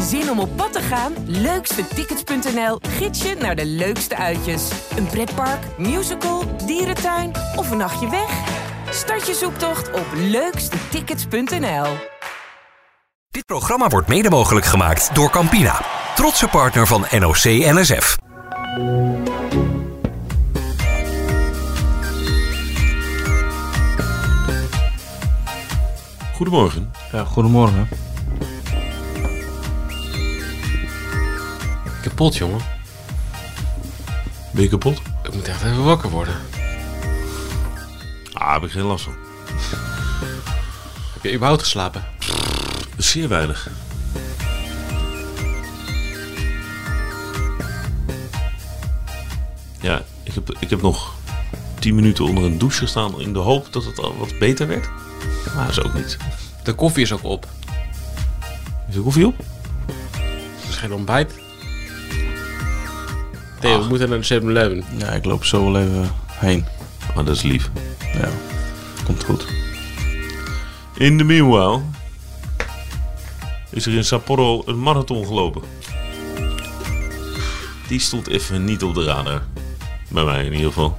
Zin om op pad te gaan? Leukstetickets.nl gids je naar de leukste uitjes. Een pretpark, musical, dierentuin of een nachtje weg? Start je zoektocht op leukstetickets.nl. Dit programma wordt mede mogelijk gemaakt door Campina, trotse partner van NOC NSF. Goedemorgen. Ja, goedemorgen. Kapot, jongen. Ben je kapot? Ik moet echt even wakker worden. Ah, heb ik geen last van. Heb je überhaupt geslapen? Zeer weinig. Ja, ik heb, ik heb nog 10 minuten onder een douche gestaan in de hoop dat het al wat beter werd. Maar dat is ook niet. De koffie is ook op. Is er koffie op? Het is geen ontbijt. Theo, we moeten naar de 7-Eleven. Ja, ik loop zo wel even heen. Maar dat is lief. Ja, komt goed. In de meanwhile is er in Sapporo een marathon gelopen. Die stond even niet op de radar. Bij mij in ieder geval.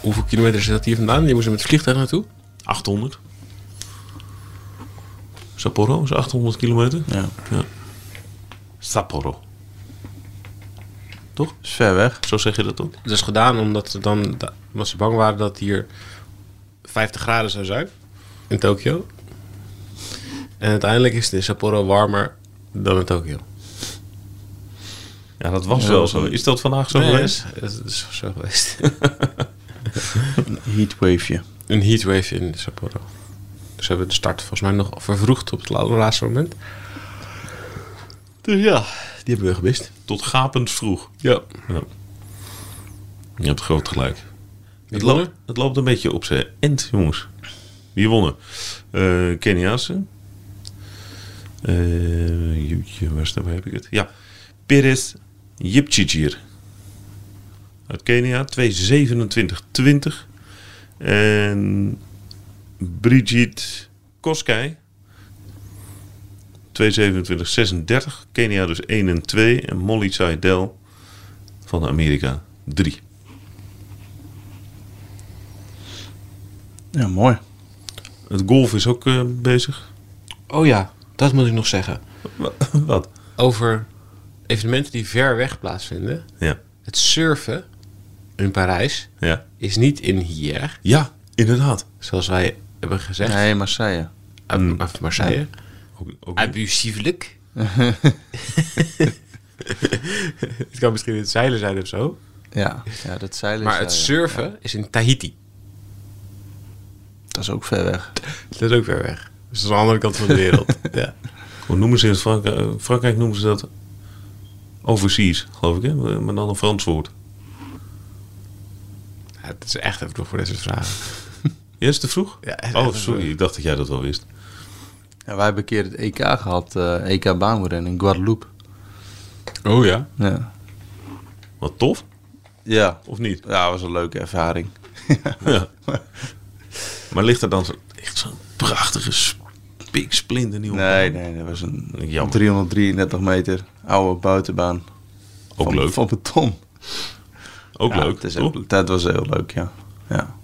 Hoeveel kilometer is dat hier vandaan? Je moest er met het vliegtuig naartoe. 800. Sapporo is 800 kilometer. Ja, Sapporo. is ver weg. Zo zeg je dat toch? Dat is gedaan omdat ze, dan, da- omdat ze bang waren dat hier 50 graden zou zijn. In Tokio. En uiteindelijk is het in Sapporo warmer dan in Tokio. Ja, dat was Ja, wel dat zo. was- Is dat vandaag zo Nee, geweest? dat is, dat is zo geweest. Een heatwaveje. Een heatwave in Sapporo. Dus hebben we de start volgens mij nog vervroegd op het laatste moment. Dus ja, die hebben we gemist. Tot gapend vroeg. Ja. Je hebt groot gelijk. Wie Het, won loopt er? het loopt een beetje op zijn end, jongens. Wie wonnen? Eh Keniaanse. Eh, jeetje, waar staat, waar heb ik het? Ja, Perez Jipchichir. Uit Kenia, 2.27.20. En Brigitte Koskei. 2.27.36. Kenia dus 1 en 2. En Molly Seidel van Amerika 3. Ja, mooi. Het golf is ook eh, bezig. Oh ja, dat moet ik nog zeggen. Wat? Over evenementen die ver weg plaatsvinden. Ja. Het surfen in Parijs Ja. is niet in hier, Ja, inderdaad. zoals wij hebben gezegd. Nee, Marseille. Uit- Uit Marseille. Ook, ook Abusievelijk. het kan misschien het zeilen zijn of zo. Ja, ja dat eh, zeilen Maar het zuur surfen is in Tahiti. Dat is ook ver weg. Dat is ook ver weg. Dus dat is de andere kant van de wereld. ja. Hoe noemen ze in Frankrijk? eh, Frankrijk noemen ze dat overseas, geloof ik. Hè? Met dan een Frans woord. Ja, Het is echt even vroeg voor deze vragen. Ja, is te vroeg? Ja, is oh, even sorry. vroeg. Ik dacht dat jij dat wel wist. Ja, wij hebben een keer het EK gehad, eh, EK baanrennen in Guadeloupe. Oh ja? Ja. Wat tof, Ja. of niet? Ja, was een leuke ervaring. Ja. maar ligt er dan zo, echt zo'n prachtige spiksplinter nieuw? Nee, nee, dat was een Jammer. 333 meter oude buitenbaan. Ook van, leuk. Van beton. ook Ja, leuk, het is toch? ook- dat was heel leuk, ja. Ja,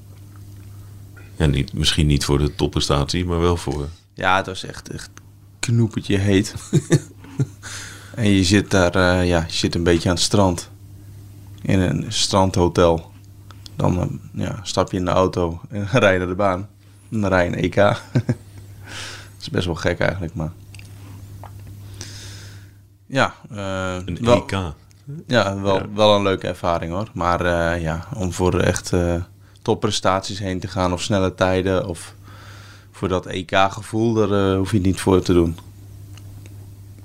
Ja, niet, misschien niet voor de topprestatie, maar wel voor... ja het was echt, echt knoepertje heet. en je zit daar, eh, ja, je zit een beetje aan het strand. In een strandhotel. Dan eh, ja, stap je in de auto en rij je naar de baan. En dan rij je een EK. dat is best wel gek eigenlijk, maar... Ja, eh, Een E wel- EK. Ja, wel, Ja. wel een leuke ervaring hoor. Maar eh, ja, om voor echt eh, topprestaties heen te gaan of snelle tijden of voor dat EK-gevoel, daar eh, hoef je het niet voor te doen.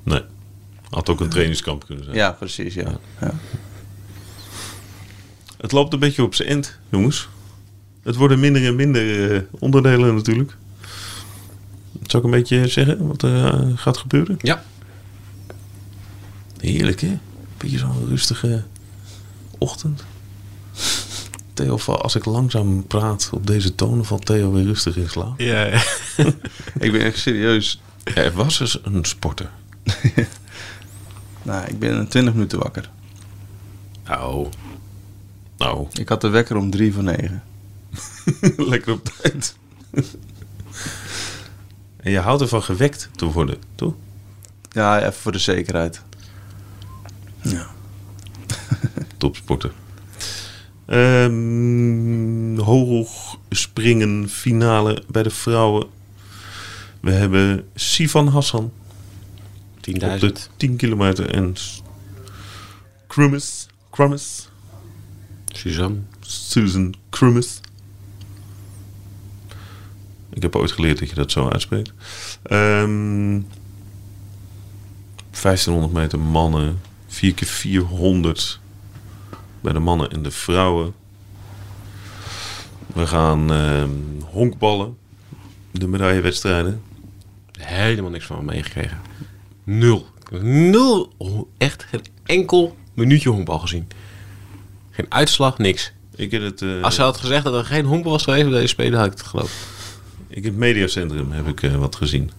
Nee. Had ook een trainingskamp kunnen zijn. Ja, precies, ja. ja. Het loopt een beetje op zijn end, jongens. Het worden minder en minder eh, onderdelen natuurlijk. Zou ik een beetje zeggen wat er eh, gaat gebeuren? Ja. Heerlijk, hè? Beetje zo'n rustige ochtend. Theo, val- als ik langzaam praat op deze tonen, valt Theo weer rustig in slaap. Ja, Ik ben echt serieus. dus Er was eens een sporter. Nou, ik ben 20 minuten wakker. Oh. Nou, Ik had de wekker om drie van negen. lekker op tijd. en je houdt ervan gewekt te worden, toch? Ja, even voor de zekerheid. Topsporten. Ehm hoog springen finale bij de vrouwen. We hebben Sivan Hassan op 10.000. de 10 kilometer en Krummes, Krummes, Suzanne. Susan Krummes. Ik heb ooit geleerd dat je dat zo uitspreekt. Ehm 1500 meter mannen, 4 keer 400 bij de mannen en de vrouwen. We gaan ehm, honkballen, de medaillewedstrijden. Helemaal niks van meegekregen. Nul. Nul. ho- Echt geen enkel minuutje honkbal gezien. Geen uitslag, niks. Ik heb het, eh, Als ze had gezegd dat er geen honkbal was geweest bij deze spelen, had ik het geloofd. ik in het mediacentrum heb ik eh, wat gezien.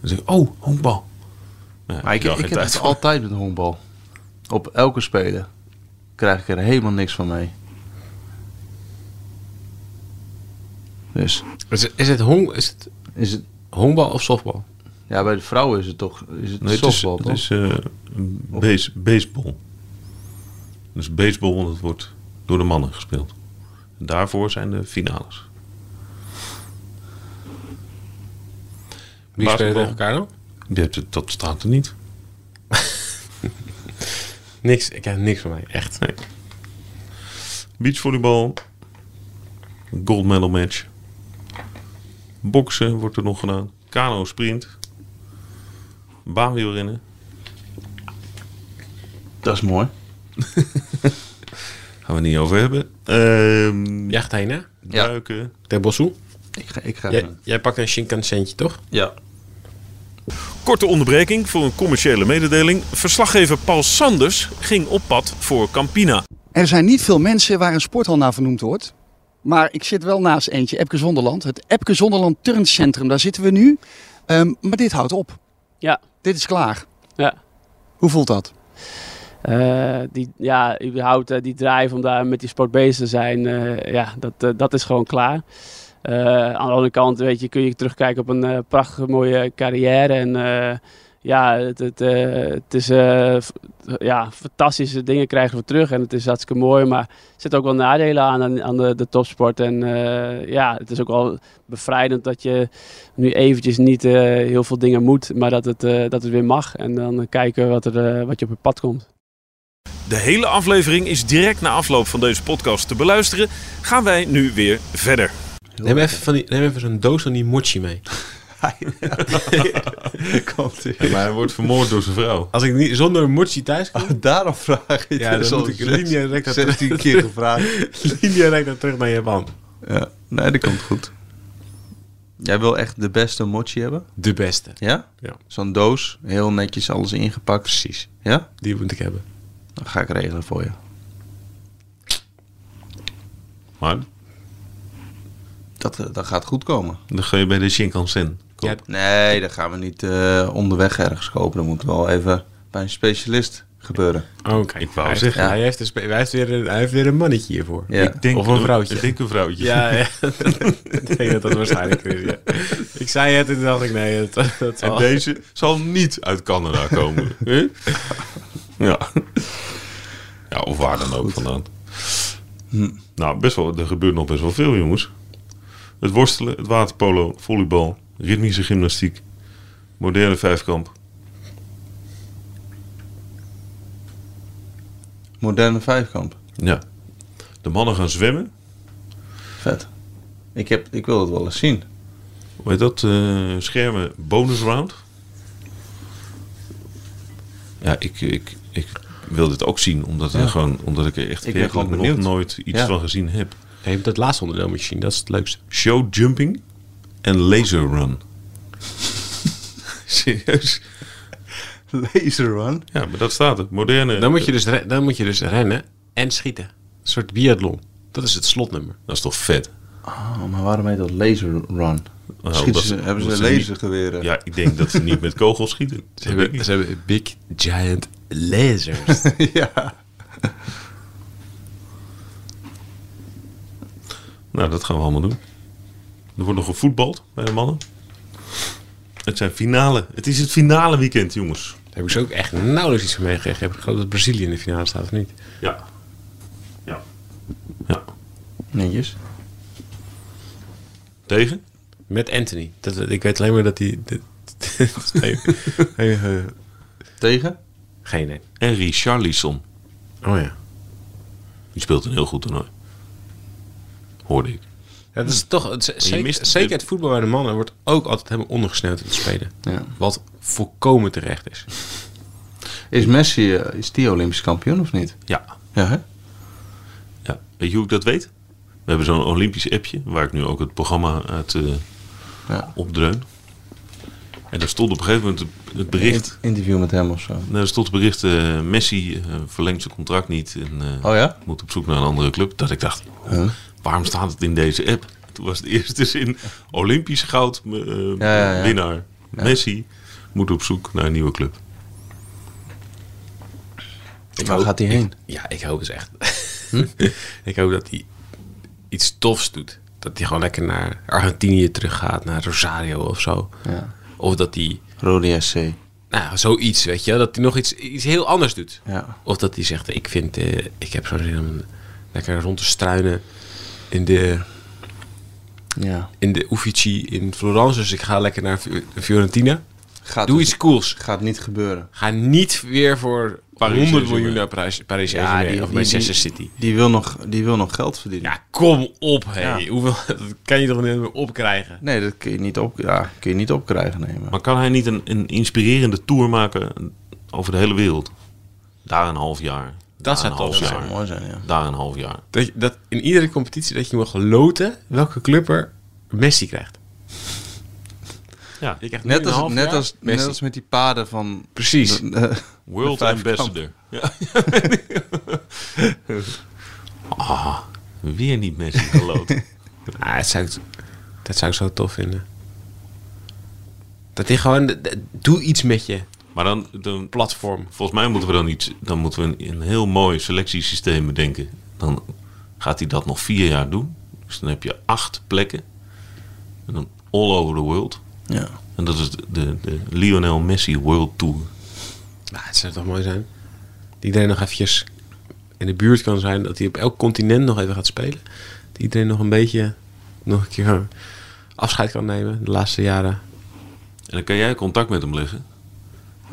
Dus ik, oh, honkbal. Nou Ja, Maar ik, had geen ik heb tijd het voor. altijd met honkbal. Op elke speler krijg ik er helemaal niks van mee. Dus Is het, is het, hong, is het is het, honkbal of softbal? ja, bij de vrouwen is het toch is het Nee, het is, softbal, het toch? is eh, een base, baseball. Dus baseball, dat wordt door de mannen gespeeld. En daarvoor zijn de finales. Wie Basketbal. spelen tegen elkaar dan? Je hebt het- dat staat er niet. Niks. Ik krijg niks van mij. Echt. Nee. Beachvolleybal. Gold medal match. Boksen wordt er nog gedaan. Kano sprint. Baanwielrennen. Dat is mooi. Gaan we het niet over hebben. Ehm Jij gaat heen, hè? Ja. Duiken. Ter Bossel. Ik ga, ik ga Jij, jij pakt een Shinkansentje, toch? ja. Korte onderbreking voor een commerciële mededeling. Verslaggever Paul Sanders ging op pad voor Campina. Er zijn niet veel mensen waar een sporthal naar vernoemd wordt. Maar ik zit wel naast eentje, Epke Zonderland. Het Epke Zonderland Turncentrum, daar zitten we nu. Ehm, maar dit houdt op. Ja. Dit is klaar. Ja. Hoe voelt dat? Eh, die, ja, überhaupt eh, die drive om daar met die sport bezig te zijn, eh, ja, dat, eh, dat is gewoon klaar. Eh, aan de andere kant weet je, kun je terugkijken op een eh, prachtige mooie carrière. En eh, ja, het, het, eh, het is eh, f- ja, fantastische dingen krijgen we terug en het is hartstikke mooi. Maar er zitten ook wel nadelen aan, aan, aan de, de topsport. En eh, ja, het is ook wel bevrijdend dat je nu eventjes niet eh, heel veel dingen moet, maar dat het, eh, dat het weer mag. En dan kijken wat, er, eh, wat je op je pad komt. De hele aflevering is direct na afloop van deze podcast te beluisteren. Gaan wij nu weer verder. Neem even, van die, neem even zo'n doos van die mochi mee. Komt ie. Maar hij wordt vermoord door zijn vrouw. Oh. Als ik niet zonder mochi thuis kom, Oh, Daarom vraag ik Ja, dan dus al moet ik zes- linea recta 16 keer gevraagd. liep je direct dan terug naar Japan. Ja, nee, dat komt goed. Jij wil echt de beste mochi hebben? De beste. Ja? Ja. Zo'n doos, heel netjes alles ingepakt. Precies. Ja? Die moet ik hebben. Dan ga ik regelen voor je. Maar Dat, eh, dat gaat goed komen. dan ga je bij de Shinkansen. Ja, Nee, dat gaan we niet eh, onderweg ergens kopen. Dat moet wel even bij een specialist gebeuren. Oké. Ik wou Hij zeggen. heeft- Hij, heeft een spe- hij, heeft weer een, hij heeft weer een mannetje hiervoor. Ja. Ik denk Of een vrouwtje. Ik denk een vrouwtje. Ja, ja. ik denk dat dat waarschijnlijk is. ja. Ik zei het en toen dacht ik, nee, dat, dat En zal... deze zal niet uit Canada komen. Hè? ja. ja, of waar dan ook vandaan. Nou, best wel, er gebeurt nog best wel veel, jongens. Het worstelen, het waterpolo, volleybal, ritmische gymnastiek, moderne vijfkamp. Moderne vijfkamp. Ja. De mannen gaan zwemmen. Vet. Ik, heb, ik wil het wel eens zien. Hoe heet dat? eh, schermen bonus round. Ja, ik, ik, ik wil dit ook zien, omdat, er gewoon, omdat ik er echt Ik ben gewoon werkelijk nog benieuwd. nooit iets Ja. van gezien heb. Hij heeft dat laatste onderdeel moet je zien, dat is het leukste. Show jumping en laser run. Serieus? Laser run? Ja, maar dat staat er. Moderne. Dan moet je dus, re- dan moet je dus rennen en schieten. Een soort biathlon. Dat is het slotnummer. Dat is toch vet? Oh, maar waarom heet dat laser run? Nou, Schieten dat- ze, hebben dat ze niet- lasergeweren. Ja, ik denk dat ze niet met kogels schieten. Ze hebben, ze hebben big giant lasers. ja. Nou, dat gaan we allemaal doen. Er wordt nog gevoetbald bij de mannen. Het zijn finale. Het is het finale weekend, jongens. Daar heb ik ze ook echt nauwelijks iets van meegekregen. Ik geloof dat Brazilië in de finale staat, of niet? Ja. Ja. Ja. Netjes. Tegen? Met Anthony. Dat, ik weet alleen maar dat hij... dat- Hey, hey, eh, Tegen? Geen idee. En Richarlison. Oh ja. Die speelt een heel goed toernooi. Hoorde ik. Ja, dat is toch, het, is- je zeker, mist- zeker het voetbal bij de mannen wordt ook altijd helemaal ondergesneeuwd in het spelen. Ja. Wat volkomen terecht is. Is Messi eh, is die Olympisch kampioen of niet? Ja. Ja, hè? ja. Weet je hoe ik dat weet? We hebben zo'n Olympisch appje. Waar ik nu ook het programma uit eh, Ja. opdreun. En daar stond op een gegeven moment het- het bericht. Interview met hem of zo. Nou, er stond het bericht. eh, Messi eh, verlengt zijn contract niet. En, eh, Oh ja? moet op zoek naar een andere club. Dat ik dacht, Huh? waarom staat het in deze app? Toen was de eerste zin Olympisch goud eh, Ja, ja, ja. winnaar. Messi moet op zoek naar een nieuwe club. Ik Waar hoop- gaat hij heen? ik- ja, ik hoop dus echt. ik hoop dat hij iets tofs doet. Dat hij gewoon lekker naar Argentinië teruggaat, naar Rosario of zo. Ja. Of dat hij, Rode SC. nou, zoiets, weet je, wel, dat hij nog iets, iets heel anders doet. Ja. Of dat hij zegt, ik vind, eh, ik heb zo'n zin om lekker rond te struinen in de, Ja. in de Uffizi in Florence. Dus ik ga lekker naar Fi- Fiorentina. Gaat Doe het- iets cools. Gaat niet gebeuren. Ga niet weer voor Paris 100 miljoen Saint-Germain. naar Parijs, Parijs Ja, Saint-Germain die- of die- Manchester die- City. Die wil nog, die wil nog geld verdienen. Ja, kom op, hé. Hoeveel, dat kan je toch niet meer opkrijgen? Nee, dat kun je niet, op, ja, kun je niet opkrijgen. Nee, maar. Maar kan hij niet een, een inspirerende tour maken over de hele wereld? Daar een half jaar. daar zou een toch half wel jaar. zou mooi zijn, ja. Daar een half jaar. Dat, je- dat in iedere competitie dat je mag loten welke club er Messi krijgt. Ja, Je krijgt nu Net een half als, net, jaar als, net Messi. als met die paden van... Precies. eh, World De vijf Ambassador. Ja. ah, weer niet Messi geloot. Ah, dat, zou ik, dat zou ik zo tof vinden. Dat hij gewoon... de- de- doe iets met je Maar dan, dan platform. Volgens mij moeten we dan iets. Dan moeten we een, een heel mooi selectiesysteem bedenken. Dan gaat hij dat nog vier jaar doen. Dus dan heb je acht plekken. En dan all over the world. ja. En dat is de, de, de Lionel Messi World Tour. Nou, het zou toch mooi zijn. Dat iedereen nog eventjes in de buurt kan zijn. Dat hij op elk continent nog even gaat spelen. Dat iedereen nog een beetje... Nog een keer afscheid kan nemen. De laatste jaren En dan kan jij contact met hem leggen.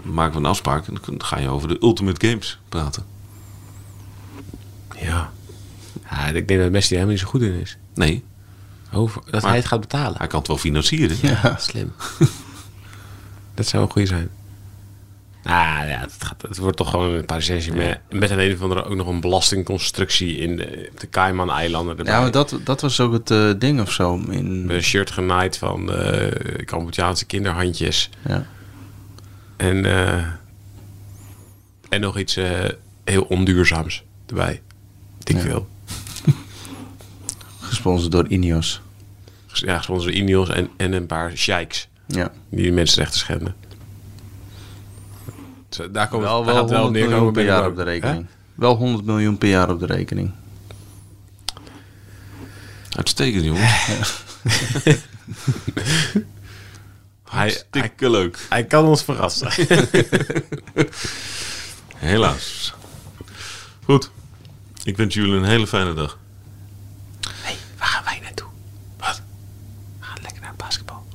Dan maken we een afspraak. En dan kun- ga je over de Ultimate Games praten. Ja. ja. Ik denk dat Messi er helemaal niet zo goed in is. Nee, Over, dat Maar- hij het gaat betalen. hij kan het wel financieren. Slim. dat zou een goede zijn. Nou ja, het, gaat, het wordt toch gewoon een Paris Saint-Germain. Met een een of andere ook nog een belastingconstructie in de, op de Cayman-eilanden erbij. Ja, maar dat, dat was ook het eh, ding of zo. In, Met een shirt genaaid van eh Cambodjaanse kinderhandjes. ja. En, eh, en nog iets eh, heel onduurzaams erbij. Dik Ja. veel. Gesponsord door Ineos. Ja, sponsor Ineos en, en een paar sheiks. Ja. die de mensenrechten schenden. Zo, Daar komt Wel, daar wel gaat 100 miljoen per binnenkomen. jaar op de Hè? rekening. Wel 100 miljoen per jaar op de rekening. Uitstekend, jongens. Hij, hij, Dikke leuk. hij kan ons verrassen. Helaas. Goed. Ik wens jullie een hele fijne dag. Waar gaan wij naartoe? Wat? We gaan lekker naar basketbal.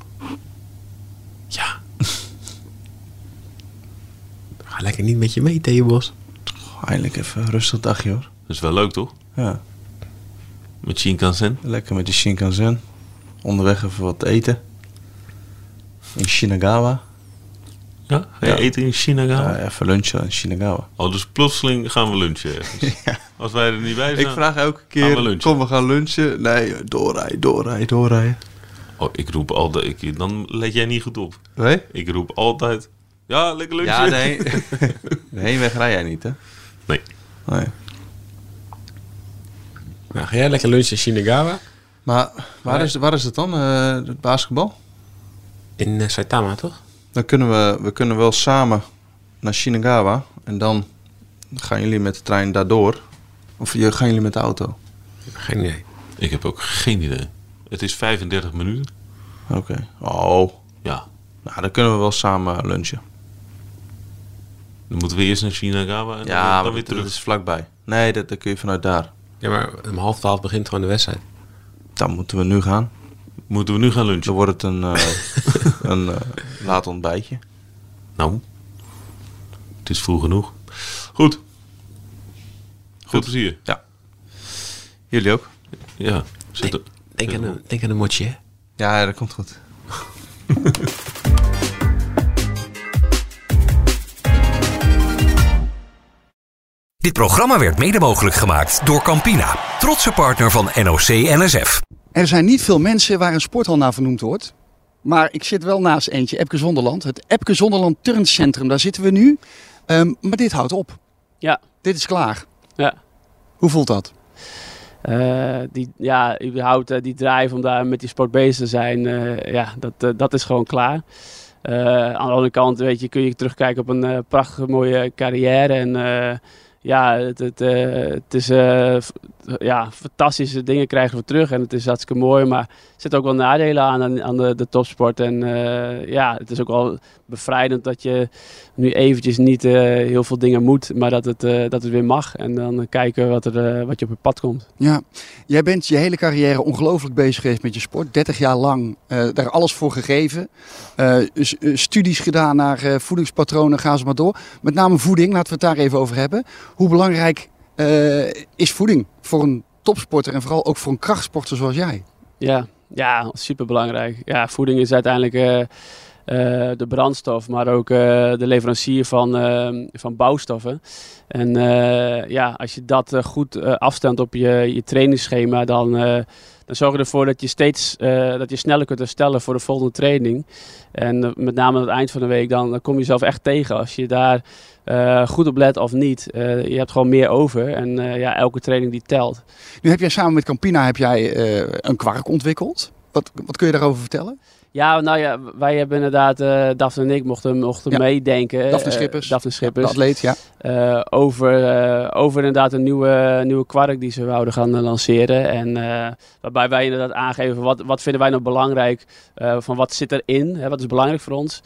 Ja. We gaan lekker niet met je mee, Theo Bos. Goh, eindelijk even een rustig dagje hoor. Dat is wel leuk, toch? Ja. Met Shinkansen. Lekker met de Shinkansen. Onderweg even wat eten. In Shinagawa. Ja? Ga je Ja. eten in China gaan? Ja, even lunchen in Shinagawa. Oh, dus plotseling gaan we lunchen ergens. Als wij er niet bij zijn. Ik vraag elke Gaan we keer, lunchen? kom we gaan lunchen. Nee, doorrijden, doorrijden, doorrijden. Oh, ik roep altijd. Ik, dan let jij niet goed op. Nee? Ik roep altijd. Ja, lekker lunchen. Ja, nee. de heenweg rij jij niet hè? Nee. Nee. Nou, ga jij lekker lunchen in Shinagawa? Maar waar is, waar is het dan, eh, het basketbal? In eh, Saitama, toch? Dan kunnen we, we kunnen wel samen naar Shinagawa. En dan gaan jullie met de trein daardoor. Of je, gaan jullie met de auto? Geen idee. Ik heb ook geen idee. Het is 35 minuten. Oké. Oh, Ja, nou dan kunnen we wel samen lunchen. dan moeten we eerst naar Shinagawa en dan, Ja, dan maar weer dat, terug. dat is vlakbij. Nee, dat, dat kun je vanuit daar. Ja, maar om half twaalf begint gewoon de wedstrijd. Dan moeten we nu gaan. Moeten we nu gaan lunchen? Dan wordt het een, eh, een eh, laat ontbijtje. Nou, het is vroeg genoeg. Goed. Veel plezier. Jullie ook? Ja. Zit er- Denk aan een, denk aan een motje, hè? Ja, dat komt goed. Dit programma werd mede mogelijk gemaakt door Campina, trotse partner van NOC NSF. Er zijn niet veel mensen waar een sporthal naar vernoemd wordt. Maar ik zit wel naast eentje, Epke Zonderland. Het Epke Zonderland Turncentrum, daar zitten we nu. Ehm, maar dit houdt op. Ja. Dit is klaar. Ja. Hoe voelt dat? Eh, die, ja, überhaupt eh, die drive om daar met die sport bezig te zijn, eh, ja, dat, eh, dat is gewoon klaar. Eh, aan de andere kant weet je, kun je terugkijken op een eh, prachtige mooie carrière. En eh, ja, het, het, eh, het is eh, f- ja, fantastische dingen krijgen we terug. En het is hartstikke mooi, maar er zitten ook wel nadelen aan, aan, aan de, de topsport. En eh, ja, het is ook wel bevrijdend dat je nu eventjes niet eh, heel veel dingen moet, maar dat het, eh, dat het weer mag. En dan kijken wat, er, eh, wat je op je pad komt. Ja. Jij bent je hele carrière ongelooflijk bezig geweest met je sport. 30 jaar lang eh, daar alles voor gegeven. Eh, s- eh, studies gedaan naar eh, voedingspatronen, ga ze maar door. Met name voeding, laten we het daar even over hebben. Hoe belangrijk eh, is voeding voor een topsporter en vooral ook voor een krachtsporter zoals jij? Ja, ja superbelangrijk. Ja, voeding is uiteindelijk eh, eh, de brandstof, maar ook eh, de leverancier van, eh, van bouwstoffen. En eh, ja, als je dat eh, goed eh, afstemt op je, je trainingsschema, dan, eh, dan zorg je ervoor dat je steeds eh, dat je sneller kunt herstellen voor de volgende training. En eh, met name aan het eind van de week, dan, dan kom je jezelf echt tegen. Als je daar eh, goed op let of niet, eh, je hebt gewoon meer over. En eh, ja, elke training die telt. Nu heb jij samen met Campina heb jij, eh, een kwark ontwikkeld. Wat, wat kun je daarover vertellen? Ja, nou ja, wij hebben inderdaad, eh Daphne en ik mochten, mochten Ja. meedenken. Daphne eh, Schippers. Daphne De Schippers. atleet, ja. nou, eh, over, eh, over inderdaad een nieuwe, nieuwe kwark die ze wouden gaan eh, lanceren. En eh, waarbij wij inderdaad aangeven wat, wat vinden wij nou belangrijk. eh, van wat zit erin, hè, wat is belangrijk voor ons.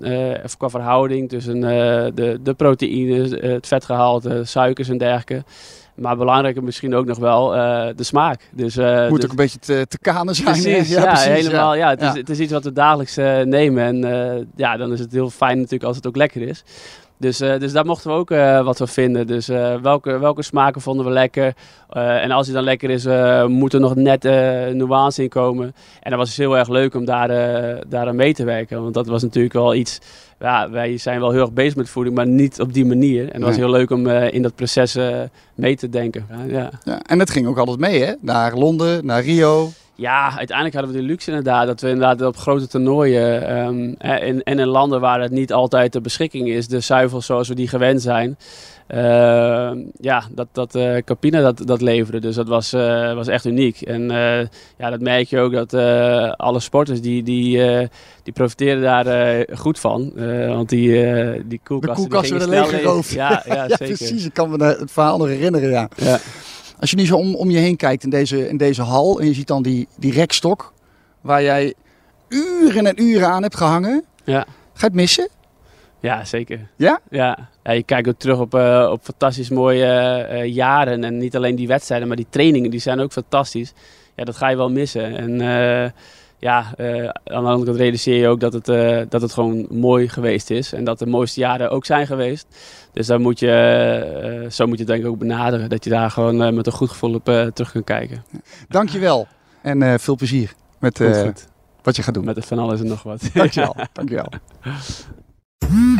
Eh, eh, qua verhouding tussen eh, de, de proteïnes, eh, het vetgehalte, suikers en dergelijke. Maar belangrijker misschien ook nog wel eh, de smaak. Dus, eh, Moet de- ook een beetje te, te kanen zijn. hè? Precies, ja, precies, helemaal. Ja. het, is, Ja. het is iets wat we dagelijks eh, nemen. En eh, ja, dan is het heel fijn natuurlijk als het ook lekker is. Dus, eh, dus daar mochten we ook eh, wat van vinden. Dus eh, welke, welke smaken vonden we lekker? Eh, en als die dan lekker is, eh, moet er nog net eh, een nuance in komen. En dat was dus heel erg leuk om daar, eh, daaraan mee te werken. Want dat was natuurlijk wel iets... Ja, wij zijn wel heel erg bezig met voeding, maar niet op die manier. En het was Nee. heel leuk om eh, in dat proces eh, mee te denken. ja. Ja, en dat ging ook altijd mee, hè? Naar Londen, naar Rio. Ja, uiteindelijk hadden we de luxe inderdaad. Dat we inderdaad op grote toernooien ehm, eh, en, en in landen waar het niet altijd de beschikking is. De zuivel zoals we die gewend zijn. ehm, ja, dat, dat eh, Campina dat, dat leverde. Dus dat was, eh, was echt uniek. En eh, ja, dat merk je ook dat eh, alle sporters die, die, eh, die profiteren daar eh, goed van. Eh, want die, eh, die koelkasten, die koelkasten gingen werden snel leeggeroofd. Ja, ja, Ja, zeker. precies. Ik kan me daar het verhaal nog herinneren, ja. Ja. Als je nu zo om, om je heen kijkt in deze, in deze hal en je ziet dan die, die rekstok waar jij uren en uren aan hebt gehangen. Ja. Ga je het missen? Ja, zeker. Ja? Ja. Ja, je kijkt ook terug op, eh, op fantastisch mooie eh, eh, jaren. En niet alleen die wedstrijden, maar die trainingen, die zijn ook fantastisch. Ja, dat ga je wel missen. En eh, ja, eh, aan de andere kant realiseer je ook dat het, eh, dat het gewoon mooi geweest is. En dat de mooiste jaren ook zijn geweest. Dus daar moet je, eh, zo moet je het denk ik ook benaderen. Dat je daar gewoon eh, met een goed gevoel op eh, terug kan kijken. Dankjewel. En eh, veel plezier met Komt eh, goed. wat je gaat doen. Met het van alles en nog wat. Dankjewel. Dankjewel.